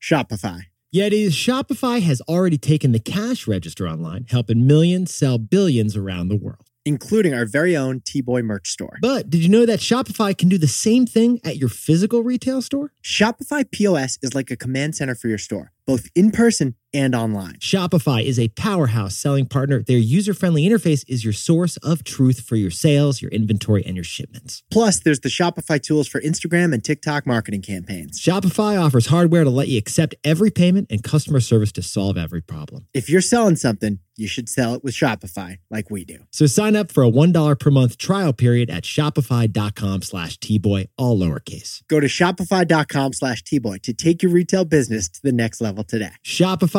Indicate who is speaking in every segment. Speaker 1: Shopify.
Speaker 2: Yetis, Shopify has already taken the cash register online, helping millions sell billions around the world.
Speaker 1: including our very own T-Boy merch store.
Speaker 2: But did you know that Shopify can do the same thing at your physical retail store?
Speaker 1: Shopify POS is like a command center for your store, both in person and online.
Speaker 2: Shopify is a powerhouse selling partner. Their user friendly interface is your source of truth for your sales, your inventory, and your shipments.
Speaker 1: Plus, there's the Shopify tools for Instagram and TikTok marketing campaigns.
Speaker 2: Shopify offers hardware to let you accept every payment and customer service to solve every problem.
Speaker 1: If you're selling something, you should sell it with Shopify like we do.
Speaker 2: So sign up for a $1 per month trial period at shopify.com slash tboy, all lowercase.
Speaker 1: Go to shopify.com slash tboy to take your retail business to the next level today.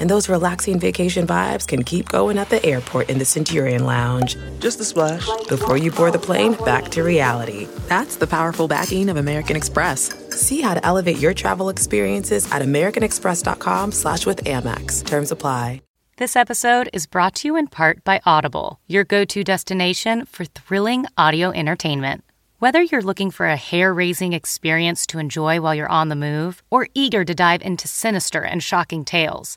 Speaker 3: And those relaxing vacation vibes can keep going at the airport in the Centurion Lounge. Just a splash. Before you board the plane, back to reality. That's the powerful backing of American Express. See how to elevate your travel experiences at americanexpress.com slash with Amex. Terms apply.
Speaker 4: This episode is brought to you in part by Audible, your go to destination for thrilling audio entertainment. Whether you're looking for a hair raising experience to enjoy while you're on the move or eager to dive into sinister and shocking tales,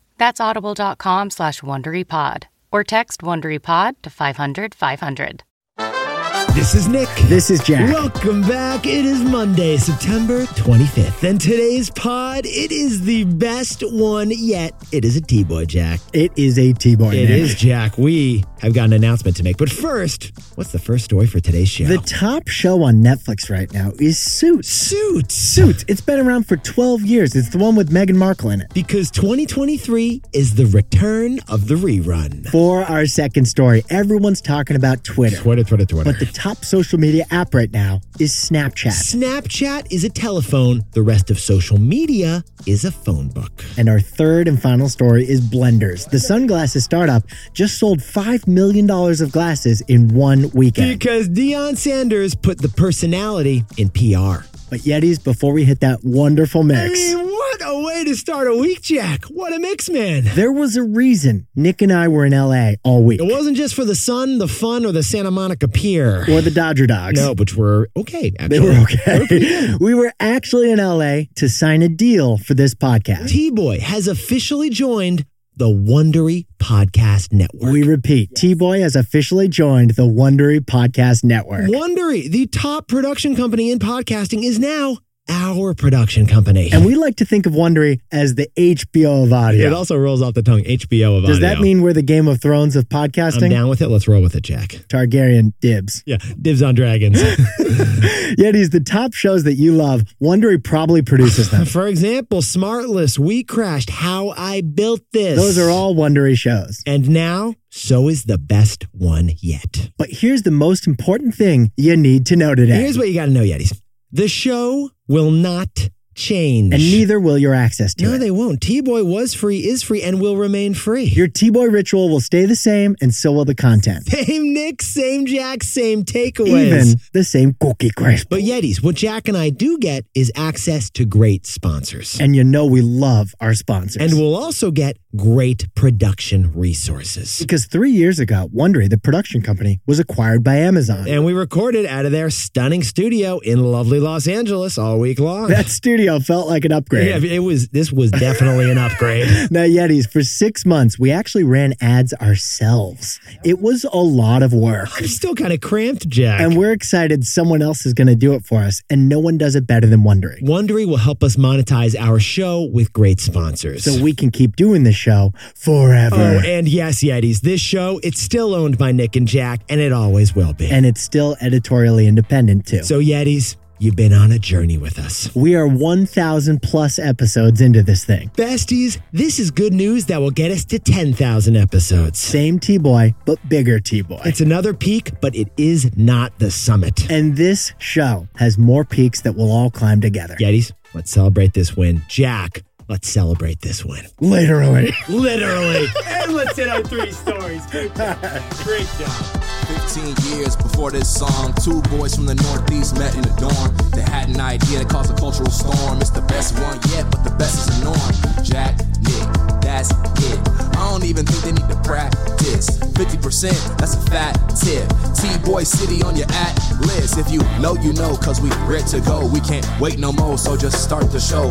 Speaker 4: That's audible.com slash WonderyPod or text WonderyPod to 500 500.
Speaker 2: This is Nick.
Speaker 1: This is Jack.
Speaker 2: Welcome back. It is Monday, September 25th. And today's pod, it is the best one yet. It is a T-Boy Jack.
Speaker 1: It is a T-Boy. Nick.
Speaker 2: It is Jack. We have got an announcement to make. But first, what's the first story for today's show?
Speaker 1: The top show on Netflix right now is Suits.
Speaker 2: Suits.
Speaker 1: Suits. It's been around for 12 years. It's the one with Meghan Markle in it.
Speaker 2: Because 2023 is the return of the rerun.
Speaker 1: For our second story, everyone's talking about Twitter.
Speaker 2: Twitter, Twitter, Twitter.
Speaker 1: But the top social media app right now is Snapchat.
Speaker 2: Snapchat is a telephone. The rest of social media is a phone book.
Speaker 1: And our third and final story is Blenders. The sunglasses startup just sold $5 million of glasses in one weekend.
Speaker 2: Because Deion Sanders put the personality in PR.
Speaker 1: But Yetis, before we hit that wonderful
Speaker 2: I
Speaker 1: mix,
Speaker 2: mean, what a way to start a week, Jack. What a mix, man.
Speaker 1: there was a reason Nick and I were in LA all week.
Speaker 2: It wasn't just for the sun, the fun, or the Santa Monica Pier.
Speaker 1: Or the Dodger Dogs.
Speaker 2: No, which were okay, actually.
Speaker 1: They were okay. we were actually in LA to sign a deal for this podcast.
Speaker 2: T Boy has officially joined the Wondery Podcast Network.
Speaker 1: We repeat, T Boy has officially joined the Wondery Podcast Network.
Speaker 2: Wondery, the top production company in podcasting, is now our production company.
Speaker 1: And we like to think of Wondery as the HBO of
Speaker 2: It
Speaker 1: audio.
Speaker 2: also rolls off the tongue. HBO of
Speaker 1: Does
Speaker 2: audio.
Speaker 1: that mean we're the Game of Thrones of podcasting?
Speaker 2: I'm down with it? Let's roll with it, Jack.
Speaker 1: Targaryen dibs.
Speaker 2: Yeah, dibs on dragons.
Speaker 1: Yetis, the top shows that you love, Wondery probably produces them.
Speaker 2: Uh, For example, Smartless, We Crashed, How I Built This.
Speaker 1: Those are all Wondery shows.
Speaker 2: And now, so is the best one yet.
Speaker 1: But here's the most important thing you need to know today.
Speaker 2: Here's what you got to know, Yetis. The show will not change.
Speaker 1: and neither will your access to
Speaker 2: No,
Speaker 1: it.
Speaker 2: they won't. T Boy was free, is free, and will remain free.
Speaker 1: your T-boy ritual will stay the same, and so will the content.
Speaker 2: same Nick, same Jack, same takeaways.
Speaker 1: Even the same cookie crisp.
Speaker 2: But Yetis, what Jack and I do get is access to great sponsors.
Speaker 1: and you know we love our sponsors.
Speaker 2: And we'll also get great production resources.
Speaker 1: because three years ago, Wondery, the production company, was acquired by Amazon.
Speaker 2: And we recorded out of their stunning studio in lovely Los Angeles all week long.
Speaker 1: that studio felt like an upgrade.
Speaker 2: yeah, it was this was definitely an upgrade.
Speaker 1: Now, Yetis, for six months, we actually ran ads ourselves. It was a lot of work.
Speaker 2: I'm still kind of cramped, Jack.
Speaker 1: And we're excited someone else is going to do it for us, and no one does it better than Wondery.
Speaker 2: Wondery will help us monetize our show with great sponsors.
Speaker 1: So we can keep doing this show forever.
Speaker 2: Oh, and yes, Yetis, this show, it's still owned by Nick and Jack, and it always will be.
Speaker 1: and it's still editorially independent, too.
Speaker 2: so, Yetis, You've been on a journey with us.
Speaker 1: We are 1,000 plus episodes into this thing.
Speaker 2: Besties, this is good news that will get us to 10,000 episodes.
Speaker 1: Same T Boy, but bigger T Boy.
Speaker 2: It's another peak, but it is not the summit.
Speaker 1: And this show has more peaks that we'll all climb together.
Speaker 2: Yetis, let's celebrate this win. Jack, let's celebrate this win.
Speaker 1: Literally.
Speaker 2: Literally.
Speaker 5: and let's hit our three stories. Great job. Great job.
Speaker 6: 15 years before this song, two boys from the Northeast met in the dorm. They had an idea that caused a cultural storm. It's the best one yet, but the best is the norm. Jack, Nick, that's it. I don't even think they need to practice. 50%, that's a fat tip. T-Boy City on your at list. If you know, you know, cause we ready to go. We can't wait no more, so just start the show.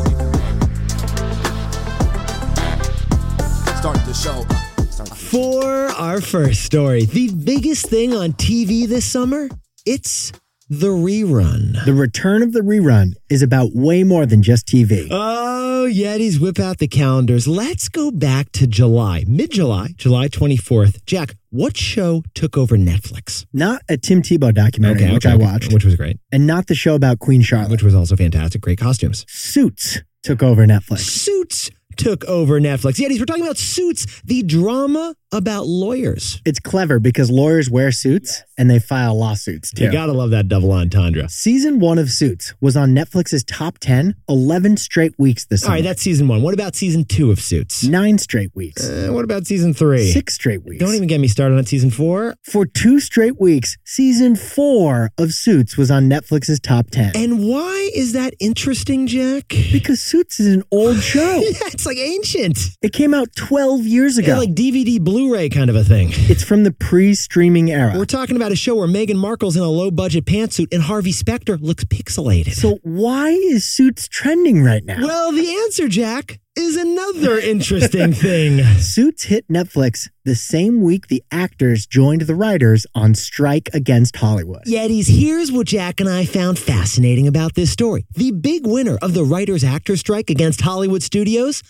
Speaker 6: Start the show. Start the show.
Speaker 2: For our first story, the biggest thing on TV this summer, it's the rerun.
Speaker 1: The return of the rerun is about way more than just TV.
Speaker 2: Oh, Yetis, whip out the calendars. Let's go back to July, mid July, July 24th. Jack, what show took over Netflix?
Speaker 1: Not a Tim Tebow documentary, which I watched,
Speaker 2: Which was great.
Speaker 1: and not the show about Queen Charlotte.
Speaker 2: Which was also fantastic. Great costumes.
Speaker 1: Suits took over Netflix.
Speaker 2: Suits took over Netflix. Yetis, we're talking about Suits, the drama about lawyers.
Speaker 1: It's clever because lawyers wear suits and they file lawsuits too.
Speaker 2: You gotta love that double entendre.
Speaker 1: Season one of Suits was on Netflix's top 10 11 straight weeks this
Speaker 2: All
Speaker 1: summer.
Speaker 2: right, that's season one. What about season two of Suits?
Speaker 1: Nine straight weeks.
Speaker 2: Uh, what about season three?
Speaker 1: Six straight weeks.
Speaker 2: Don't even get me started on season four.
Speaker 1: For two straight weeks, season four of Suits was on Netflix's top 10.
Speaker 2: And why is that interesting, Jack?
Speaker 1: because Suits is an old show.
Speaker 2: Yeah, it's like ancient.
Speaker 1: It came out 12 years
Speaker 2: Yeah,
Speaker 1: ago.
Speaker 2: like DVD Blu-ray kind of a thing.
Speaker 1: it's from the pre-streaming
Speaker 2: We're
Speaker 1: era.
Speaker 2: talking about a show where Meghan Markle's in a low-budget pantsuit and Harvey Specter looks pixelated.
Speaker 1: So why is Suits trending right now?
Speaker 2: well, the answer, Jack, is another interesting thing.
Speaker 1: Suits hit Netflix the same week the actors joined the writers on strike against Hollywood.
Speaker 2: Yetis, here's what Jack and I found fascinating about this story. The big winner of the writers actor strike against Hollywood studios,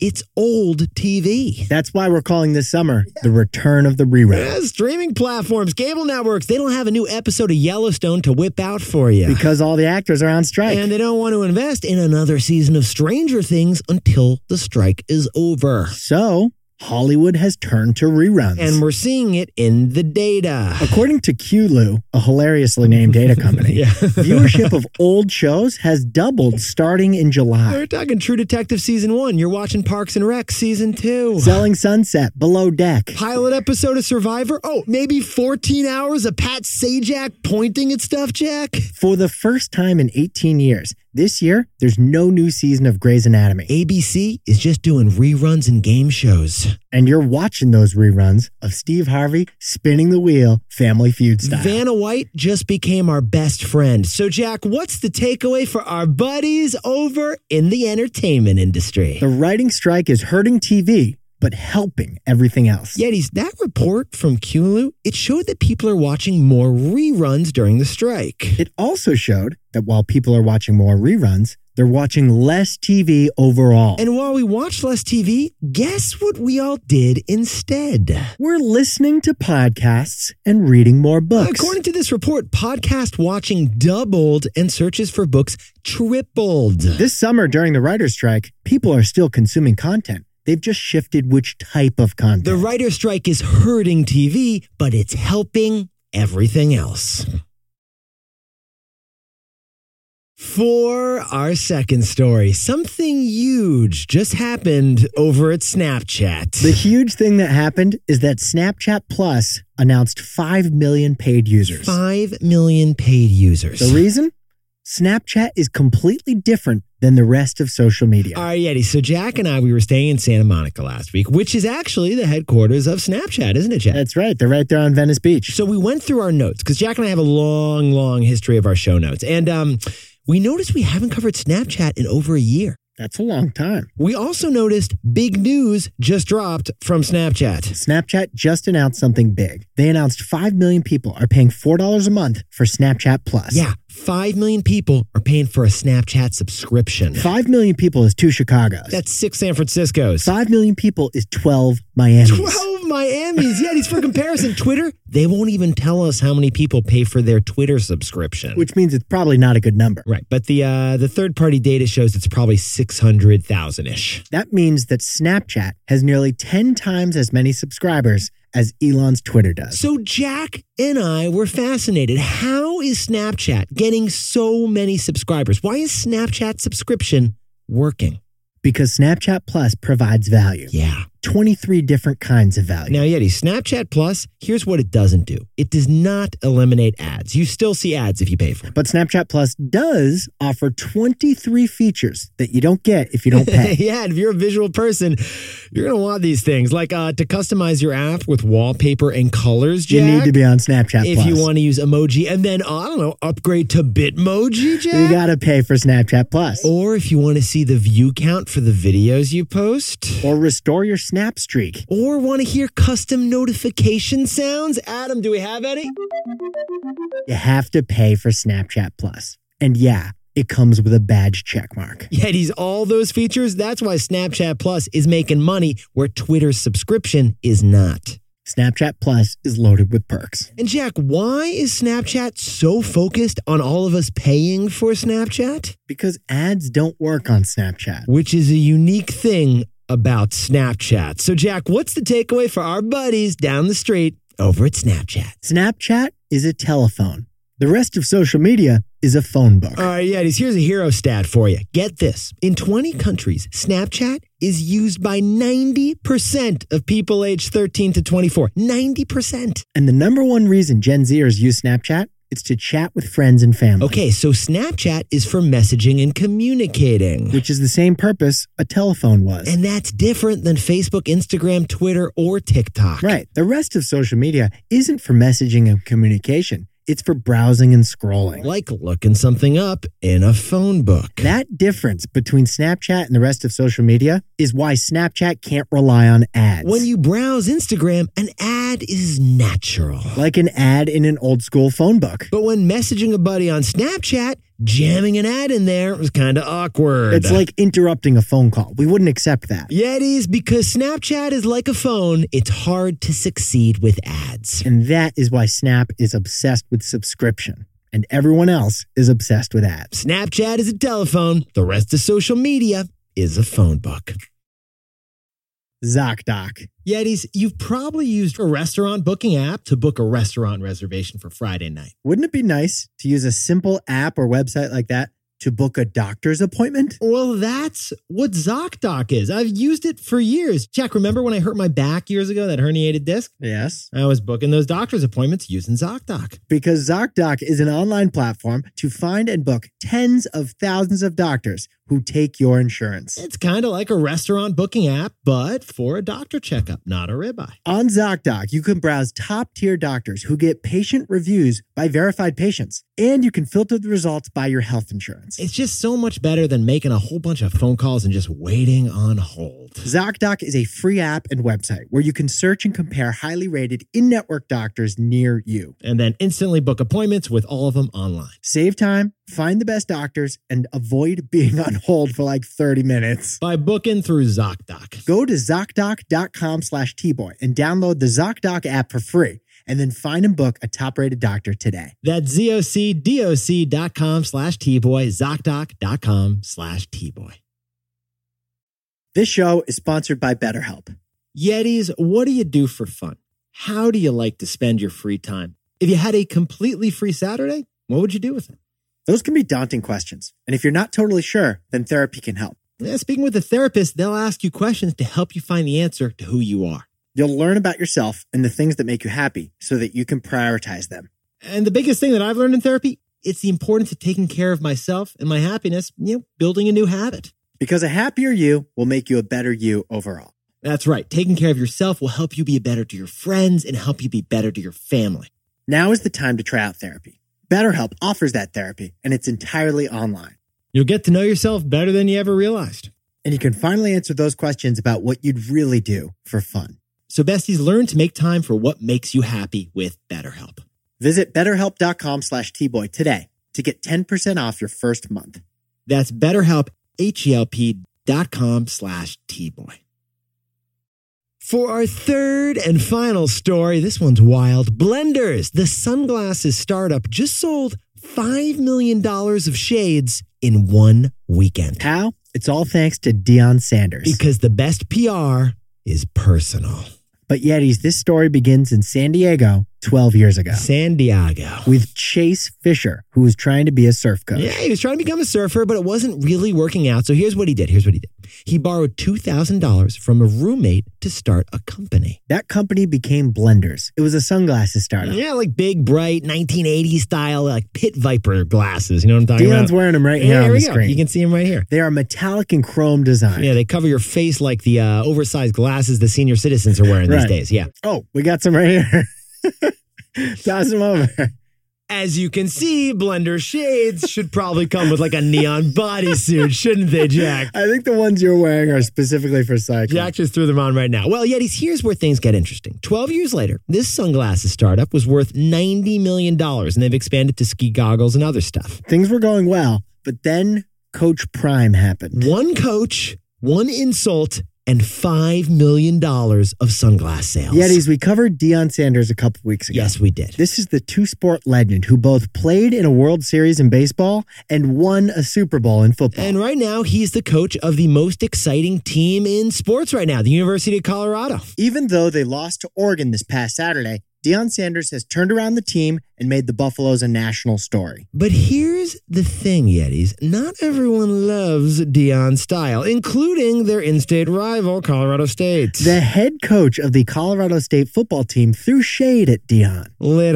Speaker 2: it's old TV.
Speaker 1: That's why we're calling this summer the return of the rerun.
Speaker 2: Yeah, Eh, streaming platforms, cable networks, they don't have a new episode of Yellowstone to whip out for you.
Speaker 1: Because all the actors are on strike.
Speaker 2: And they don't want to invest in another season of Stranger Things until the strike is over.
Speaker 1: so Hollywood has turned to reruns.
Speaker 2: And we're seeing it in the data.
Speaker 1: According to Qlu, a hilariously named data company,
Speaker 2: Yeah.
Speaker 1: viewership of old shows has doubled starting in July.
Speaker 2: We're talking True Detective Season 1. You're watching Parks and Rec Season 2.
Speaker 1: Selling Sunset, Below Deck,
Speaker 2: Pilot episode of Survivor. Oh, maybe 14 hours of Pat Sajak pointing at stuff, Jack.
Speaker 1: For the first time in 18 years, this year, there's no new season of Grey's Anatomy.
Speaker 2: ABC is just doing reruns and game shows.
Speaker 1: And you're watching those reruns of Steve Harvey spinning the wheel, Family Feud style.
Speaker 2: Vanna White just became our best friend. So, Jack, what's the takeaway for our buddies over in the entertainment industry?
Speaker 1: the writing strike is hurting TV, but helping everything else.
Speaker 2: Yetis, that report from Hulu, it showed that people are watching more reruns during the strike.
Speaker 1: It also showed that while people are watching more reruns, they're watching less TV overall.
Speaker 2: And while we watched less TV, guess what we all did instead?
Speaker 1: we're listening to podcasts and reading more books.
Speaker 2: According to this report, podcast watching doubled and searches for books tripled.
Speaker 1: this summer during the writer's strike, people are still consuming content. They've just shifted which type of content.
Speaker 2: The writer strike is hurting TV, but it's helping everything else. For our second story, something huge just happened over at Snapchat.
Speaker 1: The huge thing that happened is that Snapchat Plus announced 5 million paid users.
Speaker 2: 5 million paid users.
Speaker 1: The reason? Snapchat is completely different than the rest of social media.
Speaker 2: All right, Yeti. So Jack and I, we were staying in Santa Monica last week, which is actually the headquarters of Snapchat, isn't it, Jack?
Speaker 1: That's right. They're right there on Venice Beach.
Speaker 2: So we went through our notes because Jack and I have a long, long history of our show notes. And um, we noticed we haven't covered Snapchat in over a year.
Speaker 1: That's a long time.
Speaker 2: We also noticed big news just dropped from Snapchat.
Speaker 1: Snapchat just announced something big. They announced 5 million people are paying $4 a month for Snapchat Plus.
Speaker 2: Yeah, 5 million people are paying for a Snapchat subscription.
Speaker 1: Five million people is two Chicago's.
Speaker 2: That's six San Francisco's.
Speaker 1: Five million people is 12 Miami's.
Speaker 2: 12 Miami's. Yeah, these for comparison. Twitter, they won't even tell us how many people pay for their Twitter subscription.
Speaker 1: Which means it's probably not a good number.
Speaker 2: right, but the uh, the third party data shows it's probably 600,000 ish.
Speaker 1: That means that Snapchat has nearly 10 times as many subscribers as Elon's Twitter does.
Speaker 2: So Jack and I were fascinated. How is Snapchat getting so many subscribers? Why is Snapchat subscription working?
Speaker 1: Because Snapchat Plus provides value
Speaker 2: Yeah.
Speaker 1: 23 different kinds of value.
Speaker 2: Now, Yeti, Snapchat Plus, here's what it doesn't do it does not eliminate ads. You still see ads if you pay for it.
Speaker 1: But Snapchat Plus does offer 23 features that you don't get if you don't pay.
Speaker 2: yeah, and if you're a visual person, you're going to want these things. Like uh, to customize your app with wallpaper and colors,
Speaker 1: you
Speaker 2: Jack.
Speaker 1: need to be on Snapchat
Speaker 2: if
Speaker 1: Plus.
Speaker 2: you want to use emoji and then, I don't know, upgrade to Bitmoji, Jack.
Speaker 1: you got to pay for Snapchat Plus.
Speaker 2: or if you want to see the view count for the videos you post.
Speaker 1: Or restore your snap streak.
Speaker 2: Or want to hear custom notification sounds? Adam, do we have any?
Speaker 1: You have to pay for Snapchat Plus. And yeah, it comes with a badge check mark.
Speaker 2: Yeti's all those features. That's why Snapchat Plus is making money where Twitter's subscription is not.
Speaker 1: Snapchat Plus is loaded with perks.
Speaker 2: And Jack, why is Snapchat so focused on all of us paying for Snapchat?
Speaker 1: Because ads don't work on Snapchat.
Speaker 2: Which is a unique thing about Snapchat. So, Jack, what's the takeaway for our buddies down the street over at Snapchat?
Speaker 1: Snapchat is a telephone. The rest of social media is a phone book.
Speaker 2: All right, Yetis, here's a hero stat for you. Get this. In 20 countries, Snapchat is used by 90% of people aged 13 to 24. 90%.
Speaker 1: and the number one reason Gen Zers use Snapchat is to chat with friends and family.
Speaker 2: Okay, so Snapchat is for messaging and communicating.
Speaker 1: Which is the same purpose a telephone was.
Speaker 2: And that's different than Facebook, Instagram, Twitter, or TikTok.
Speaker 1: right. The rest of social media isn't for messaging and communication, it's for browsing and scrolling.
Speaker 2: Like looking something up in a phone book.
Speaker 1: That difference between Snapchat and the rest of social media is why Snapchat can't rely on ads.
Speaker 2: When you browse Instagram, an ad is natural.
Speaker 1: like an ad in an old school phone book.
Speaker 2: But when messaging a buddy on Snapchat, jamming an ad in there was kind of awkward.
Speaker 1: It's like interrupting a phone call. We wouldn't accept that.
Speaker 2: Yetis, because Snapchat is like a phone, it's hard to succeed with ads.
Speaker 1: And that is why Snap is obsessed with subscription, and everyone else is obsessed with apps.
Speaker 2: Snapchat is a telephone, the rest of social media is a phone book.
Speaker 1: ZocDoc.
Speaker 2: Yetis, you've probably used a restaurant booking app to book a restaurant reservation for Friday night.
Speaker 1: Wouldn't it be nice to use a simple app or website like that to book a doctor's appointment?
Speaker 2: Well, that's what ZocDoc is. I've used it for years. Jack, remember when I hurt my back years ago, that herniated disc?
Speaker 1: Yes.
Speaker 2: I was booking those doctor's appointments using ZocDoc.
Speaker 1: Because ZocDoc is an online platform to find and book tens of thousands of doctors who take your insurance.
Speaker 2: It's kind of like a restaurant booking app, but for a doctor checkup, not a ribeye.
Speaker 1: On ZocDoc, you can browse top tier doctors who get patient reviews by verified patients, and you can filter the results by your health insurance.
Speaker 2: It's just so much better than making a whole bunch of phone calls and just waiting on hold.
Speaker 1: ZocDoc is a free app and website where you can search and compare highly rated in network doctors near you.
Speaker 2: And then instantly book appointments with all of them online.
Speaker 1: Save time, find the best doctors, and avoid being on hold for like 30 minutes.
Speaker 2: By booking through ZocDoc.
Speaker 1: Go to ZocDoc.com slash tboy and download the ZocDoc app for free, and then find and book a top rated doctor today.
Speaker 2: That's zocdoc.com slash tboy, zocdoc.com slash tboy.
Speaker 1: This show is sponsored by BetterHelp.
Speaker 2: Yetis, what do you do for fun? How do you like to spend your free time? If you had a completely free Saturday, what would you do with it?
Speaker 1: Those can be daunting questions, and if you're not totally sure, then therapy can help.
Speaker 2: Yeah, speaking with a therapist, they'll ask you questions to help you find the answer to who you are.
Speaker 1: You'll learn about yourself and the things that make you happy so that you can prioritize them.
Speaker 2: And the biggest thing that I've learned in therapy, it's the importance of taking care of myself and my happiness, you know, building a new habit.
Speaker 1: Because a happier you will make you a better you overall.
Speaker 2: That's right. Taking care of yourself will help you be better to your friends and help you be better to your family.
Speaker 1: Now is the time to try out therapy. BetterHelp offers that therapy, and it's entirely online.
Speaker 2: You'll get to know yourself better than you ever realized.
Speaker 1: And you can finally answer those questions about what you'd really do for fun.
Speaker 2: So besties, learn to make time for what makes you happy with BetterHelp.
Speaker 1: Visit betterhelp.com slash tboy today to get 10% off your first month.
Speaker 2: That's BetterHelp, H-E-L-P dot com slash T-Boy. For our third and final story, this one's wild. Blenders, the sunglasses startup, just sold $5 million of shades in one weekend.
Speaker 1: How? It's all thanks to Deion Sanders.
Speaker 2: Because the best PR is personal.
Speaker 1: but Yetis, this story begins in San Diego 12 years ago
Speaker 2: San Diego.
Speaker 1: with Chase Fisher, who was trying to be a surf coach.
Speaker 2: Yeah, he was trying to become a surfer, but it wasn't really working out. So here's what he did. Here's what he did. He borrowed $2,000 from a roommate to start a company.
Speaker 1: That company became Blenders. It was a sunglasses startup.
Speaker 2: Yeah, like big, bright, 1980s style, like pit viper glasses. You know what I'm talking
Speaker 1: Deion's
Speaker 2: about?
Speaker 1: wearing them right
Speaker 2: Yeah,
Speaker 1: here
Speaker 2: there
Speaker 1: on the
Speaker 2: we go.
Speaker 1: screen.
Speaker 2: You can see him right here.
Speaker 1: they are metallic and chrome design.
Speaker 2: Yeah, they cover your face like the uh, oversized glasses the senior citizens are wearing
Speaker 1: Right.
Speaker 2: these days. Yeah.
Speaker 1: Oh, we got some right here. Toss them over.
Speaker 2: As you can see, blender shades should probably come with like a neon bodysuit, shouldn't they, Jack?
Speaker 1: I think the ones you're wearing are specifically for cycling.
Speaker 2: Jack just threw them on right now. Well, Yetis, here's where things get interesting. 12 years later, this sunglasses startup was worth $90 million, and they've expanded to ski goggles and other stuff.
Speaker 1: Things were going well, but then Coach Prime happened.
Speaker 2: One coach, one insult, and $5 million of sunglass sales.
Speaker 1: Yetis, we covered Deion Sanders a couple weeks ago.
Speaker 2: Yes, we did.
Speaker 1: This is the two sport legend who both played in a World Series in baseball and won a Super Bowl in football.
Speaker 2: And right now, he's the coach of the most exciting team in sports right now, the University of Colorado.
Speaker 1: Even though they lost to Oregon this past Saturday, Deion Sanders has turned around the team and made the Buffaloes a national story.
Speaker 2: But here's the thing, Yetis. Not everyone loves Dion's style, including their in state rival, Colorado State.
Speaker 1: The head coach of the Colorado State football team threw shade at Deion.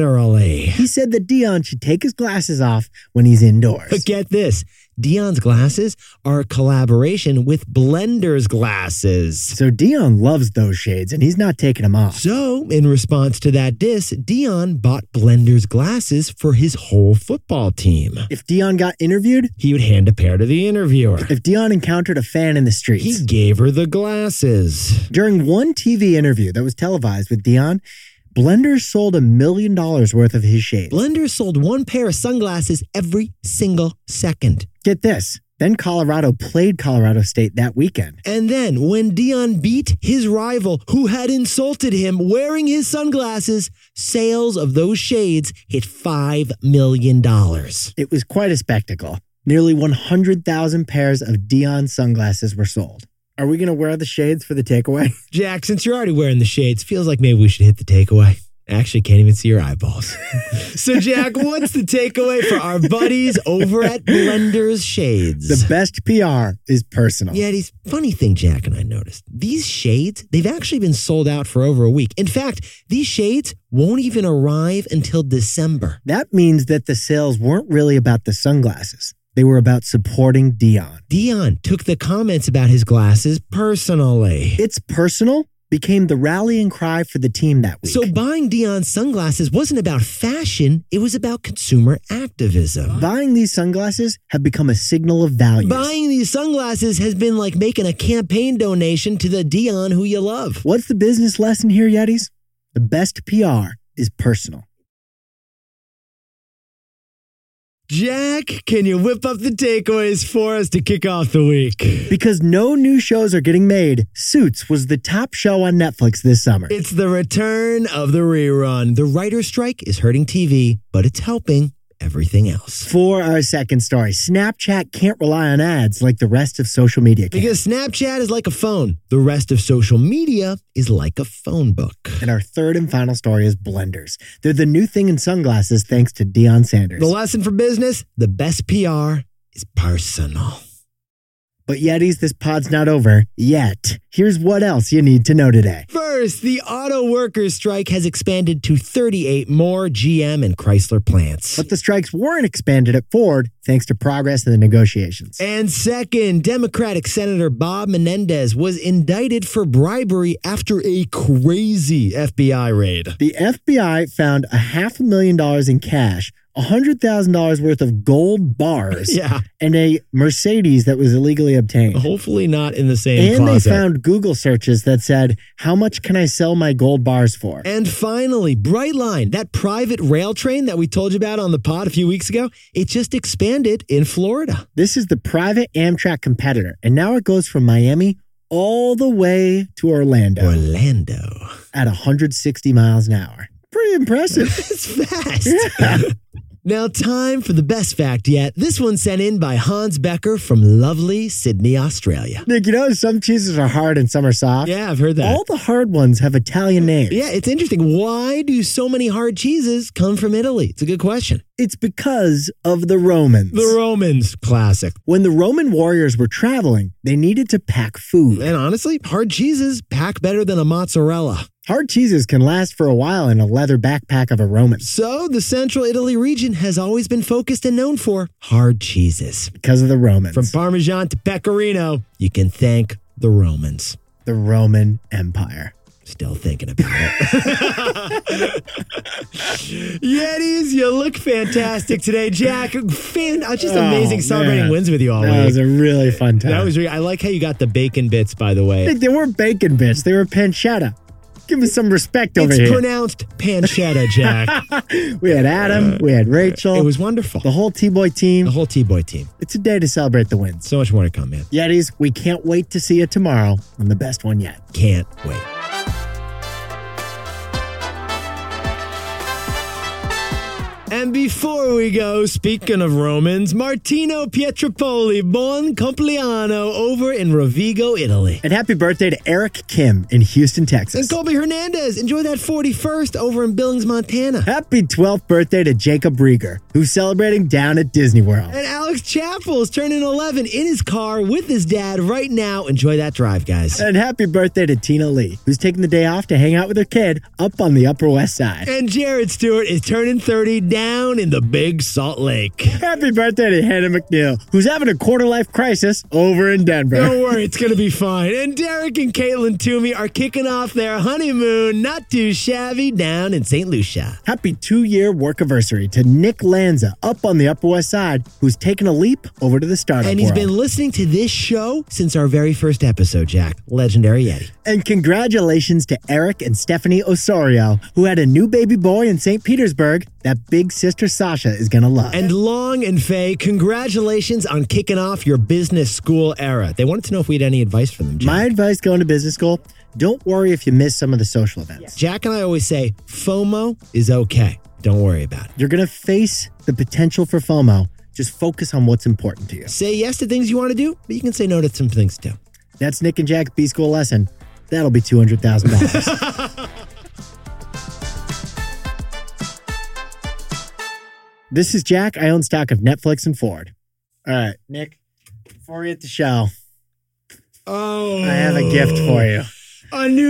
Speaker 2: Literally.
Speaker 1: He said that Deion should take his glasses off when he's indoors.
Speaker 2: But get this Dion's glasses are a collaboration with Blender's glasses.
Speaker 1: So Dion loves those shades and he's not taking them off.
Speaker 2: So, in response to that diss, Dion bought Blender's glasses for his whole football team.
Speaker 1: If Dion got interviewed,
Speaker 2: He would hand a pair to the interviewer.
Speaker 1: if Dion encountered a fan in the streets,
Speaker 2: He gave her the glasses.
Speaker 1: during one TV interview that was televised with Dion, Blender sold a million dollars worth of his shades.
Speaker 2: Blender sold one pair of sunglasses every single second.
Speaker 1: Get this. Then Colorado played Colorado State that weekend.
Speaker 2: And then, when Dion beat his rival who had insulted him wearing his sunglasses, sales of those shades hit $5 million.
Speaker 1: It was quite a spectacle. Nearly 100,000 pairs of Dion sunglasses were sold. Are we going to wear the shades for the takeaway?
Speaker 2: Jack, since you're already wearing the shades, feels like maybe we should hit the takeaway. Actually, can't even see your eyeballs. so, Jack, what's the takeaway for our buddies over at Blender's Shades?
Speaker 1: The best PR is personal.
Speaker 2: Yeah, it's funny thing Jack and I noticed. These shades, they've actually been sold out for over a week. In fact, these shades won't even arrive until December.
Speaker 1: That means that the sales weren't really about the sunglasses. They were about supporting Dion.
Speaker 2: Dion took the comments about his glasses personally.
Speaker 1: It's personal became the rallying cry for the team that week.
Speaker 2: So buying Dion's sunglasses wasn't about fashion, it was about consumer activism.
Speaker 1: buying these sunglasses have become a signal of value.
Speaker 2: Buying these sunglasses has been like making a campaign donation to the Dion who you love.
Speaker 1: What's the business lesson here, Yetis? The best PR is personal.
Speaker 2: Jack, can you whip up the takeaways for us to kick off the week?
Speaker 1: Because no new shows are getting made, Suits was the top show on Netflix this summer.
Speaker 2: It's the return of the rerun. The writer's strike is hurting TV, but it's helping everything else.
Speaker 1: For our second story, Snapchat can't rely on ads like the rest of social media can.
Speaker 2: Because Snapchat is like a phone, the rest of social media is like a phone book.
Speaker 1: And our third and final story is blenders. They're the new thing in sunglasses thanks to Deion Sanders.
Speaker 2: The lesson for business the best PR is personal.
Speaker 1: But Yetis, this pod's not over yet. Here's what else you need to know today.
Speaker 2: First, the auto workers strike has expanded to 38 more GM and Chrysler plants.
Speaker 1: But the strikes weren't expanded at Ford thanks to progress in the negotiations.
Speaker 2: And second, Democratic Senator Bob Menendez was indicted for bribery after a crazy FBI raid.
Speaker 1: The FBI found a half a million dollars in cash $100,000 worth of gold bars
Speaker 2: Yeah.
Speaker 1: and a Mercedes that was illegally obtained.
Speaker 2: Hopefully not in the same
Speaker 1: and
Speaker 2: closet.
Speaker 1: they found Google searches that said, How much can I sell my gold bars for?
Speaker 2: and finally, Brightline, that private rail train that we told you about on the pod a few weeks ago, it just expanded in Florida.
Speaker 1: This is the private Amtrak competitor, and now it goes from Miami all the way to Orlando
Speaker 2: Orlando.
Speaker 1: at 160 miles an hour. Pretty impressive.
Speaker 2: It's fast. Now, time for the best fact yet. This one sent in by Hans Becker from lovely Sydney, Australia.
Speaker 1: Nick, you know some cheeses are hard and some are soft.
Speaker 2: Yeah, I've heard that.
Speaker 1: All the hard ones have Italian names.
Speaker 2: Yeah, it's interesting. Why do so many hard cheeses come from Italy? It's a good question.
Speaker 1: It's because of the Romans.
Speaker 2: The Romans, classic.
Speaker 1: when the Roman warriors were traveling, they needed to pack food.
Speaker 2: And honestly, hard cheeses pack better than a mozzarella.
Speaker 1: Hard cheeses can last for a while in a leather backpack of a Roman.
Speaker 2: So, the central Italy region has always been focused and known for hard cheeses.
Speaker 1: because of the Romans.
Speaker 2: From Parmesan to Pecorino, you can thank the Romans.
Speaker 1: the Roman Empire.
Speaker 2: Still thinking about it. Yetis, you look fantastic today, Jack. Fan, uh, just amazing
Speaker 1: Oh,
Speaker 2: celebrating
Speaker 1: man.
Speaker 2: wins with you all
Speaker 1: That was
Speaker 2: week.
Speaker 1: a really fun time.
Speaker 2: that was re- I like how you got the bacon bits, by the way.
Speaker 1: Nick, they weren't bacon bits. They were pancetta. Give us some respect over
Speaker 2: It's
Speaker 1: here.
Speaker 2: pronounced pancetta, Jack.
Speaker 1: we had Adam. we had Rachel.
Speaker 2: Uh, it was wonderful.
Speaker 1: the whole T-boy
Speaker 2: The
Speaker 1: team.
Speaker 2: whole T-boy team.
Speaker 1: It's a day to celebrate the wins.
Speaker 2: So much more to come, man.
Speaker 1: Yetis, we can't wait to see you tomorrow on the best one yet.
Speaker 2: Can't wait. And before we go, speaking of Romans, Martino Pietropoli, buon compleanno, over in Rovigo, Italy.
Speaker 1: And happy birthday to Eric Kim in Houston,
Speaker 2: And
Speaker 1: Texas.
Speaker 2: Colby Hernandez, enjoy that 41st over in Billings, Montana.
Speaker 1: Happy 12th birthday to Jacob Rieger, who's celebrating down at Disney World.
Speaker 2: And Alex Chappell's turning 11 in his car with his dad right now. Enjoy that drive, guys.
Speaker 1: And happy birthday to Tina Lee, who's taking the day off to hang out with her kid up on the Upper West Side.
Speaker 2: And Jared Stewart is turning 30 down in the Big Salt Lake.
Speaker 1: Happy birthday to Hannah McNeil, who's having a quarter life crisis over in Denver.
Speaker 2: Don't worry, it's gonna be fine. And Derek and Caitlin Toomey are kicking off their honeymoon, not too shabby, down in St. Lucia.
Speaker 1: Happy two year work anniversary to Nick Lanza up on the Upper West Side, who's taken a leap over to the startup
Speaker 2: And he's
Speaker 1: world.
Speaker 2: been listening to this show since our very first episode, Jack. Legendary Yeti.
Speaker 1: and congratulations to Eric and Stephanie Osorio, who had a new baby boy in St. Petersburg that big sister Sasha is going to love.
Speaker 2: And Long and Faye, congratulations on kicking off your business school era. They wanted to know if we had any advice for them, Jack.
Speaker 1: My advice going to business school don't worry if you miss some of the social events.
Speaker 2: Jack and I always say FOMO is okay. Don't worry about it.
Speaker 1: You're going to face the potential for FOMO. Just focus on what's important to you.
Speaker 2: Say yes to things you want to do, but you can say no to some things too.
Speaker 1: That's Nick and Jack's B School lesson. That'll be $200,000. This is Jack. I own stock of Netflix and Ford. All right, Nick, before we hit the show,
Speaker 2: Oh,
Speaker 1: I have a gift for you.
Speaker 2: A New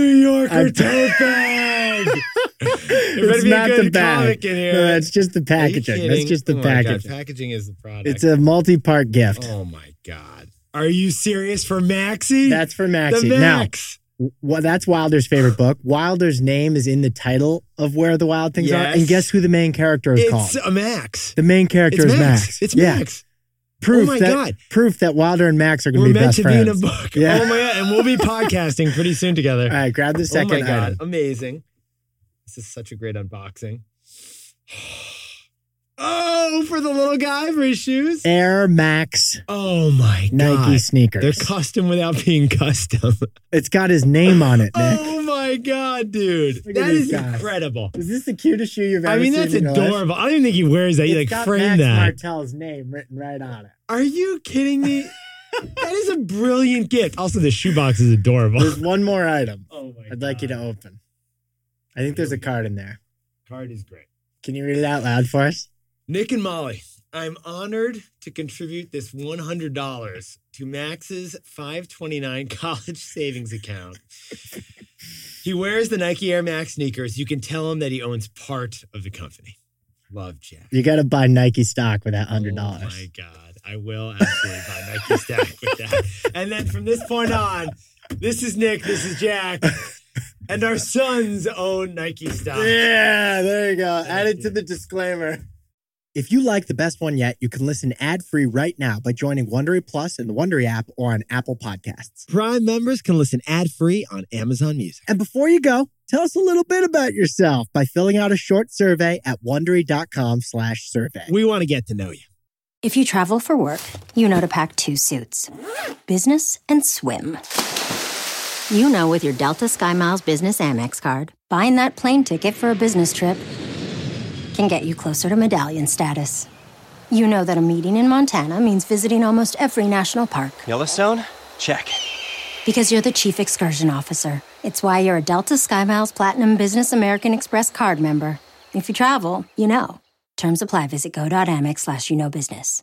Speaker 2: Yorker
Speaker 1: I-
Speaker 2: tote bag. There better
Speaker 1: It's
Speaker 2: be a
Speaker 1: not
Speaker 2: good
Speaker 1: the bag.
Speaker 2: comic in here.
Speaker 1: No, it's just the
Speaker 2: Are you
Speaker 1: packaging. That's
Speaker 2: kidding?
Speaker 1: just the
Speaker 2: Oh my God,
Speaker 1: packaging.
Speaker 2: Packaging is the product.
Speaker 1: It's a multi part gift.
Speaker 2: oh my god. Are you serious for Maxi?
Speaker 1: That's for
Speaker 2: the
Speaker 1: Maxie. Now,
Speaker 2: Max.
Speaker 1: well, that's Wilder's favorite book. Wilder's name is in the title of Where the Wild Things Are.
Speaker 2: Yes.
Speaker 1: And guess who the main character is called?
Speaker 2: it's a Max.
Speaker 1: The main character
Speaker 2: It's
Speaker 1: is
Speaker 2: Max.
Speaker 1: Max.
Speaker 2: It's Max.
Speaker 1: Proof
Speaker 2: Oh my
Speaker 1: that
Speaker 2: God.
Speaker 1: proof that Wilder and Max are going
Speaker 2: We're
Speaker 1: to be
Speaker 2: meant
Speaker 1: best
Speaker 2: to
Speaker 1: friends.
Speaker 2: be in a book.
Speaker 1: Yeah.
Speaker 2: Oh my god. And we'll be podcasting pretty soon together.
Speaker 1: All right, grab the second uh,
Speaker 2: oh my god.
Speaker 1: item.
Speaker 2: Amazing. This is such a great unboxing. Oh, for the little guy for his shoes.
Speaker 1: Air Max
Speaker 2: oh my god.
Speaker 1: Nike sneakers.
Speaker 2: They're custom without being custom.
Speaker 1: it's got his name on it, Nick.
Speaker 2: Oh my god, dude.
Speaker 1: Look at
Speaker 2: That
Speaker 1: these
Speaker 2: is
Speaker 1: guys.
Speaker 2: incredible.
Speaker 1: Is this the cutest shoe you've ever
Speaker 2: I mean,
Speaker 1: seen?
Speaker 2: that's
Speaker 1: in your life?
Speaker 2: adorable. I don't even think he wears that.
Speaker 1: It's
Speaker 2: You like
Speaker 1: got
Speaker 2: frame
Speaker 1: Max
Speaker 2: that.
Speaker 1: Martel's name written right on it.
Speaker 2: Are you kidding me? that is a brilliant gift. Also, the shoebox is adorable.
Speaker 1: There's one more item
Speaker 2: oh my
Speaker 1: I'd like you to open. I think there's a card in there.
Speaker 2: Card is great.
Speaker 1: Can you read it out loud for us?
Speaker 2: Nick and Molly, I'm honored to contribute this $100 to Max's 529 college savings account. he wears the Nike Air Max sneakers. You can tell him that he owns part of the company. Love, Jack.
Speaker 1: You got to buy Nike stock with that hundred
Speaker 2: Oh
Speaker 1: dollars.
Speaker 2: my god, I will absolutely buy Nike stack with that. And then from this point on, this is Nick, this is Jack, and our sons own Nike stock.
Speaker 1: yeah, there you go. Added to the disclaimer. If you like the best one yet, you can listen ad free right now by joining Wondery Plus in the Wondery app or on Apple Podcasts.
Speaker 2: Prime members can listen ad free on Amazon Music.
Speaker 1: And before you go, tell us a little bit about yourself by filling out a short survey at wondery.com/slash survey.
Speaker 2: We want to get to know you.
Speaker 7: If you travel for work, you know to pack two suits business and swim. You know, with your Delta SkyMiles Business Amex card, buying that plane ticket for a business trip can get you closer to medallion status. You know that a meeting in Montana means visiting almost every national park
Speaker 8: Yellowstone? Check.
Speaker 7: because you're the chief excursion officer. It's why you're a Delta SkyMiles Platinum Business American Express card member. If you travel, you know. Terms apply. Visit go.amex slash you know business.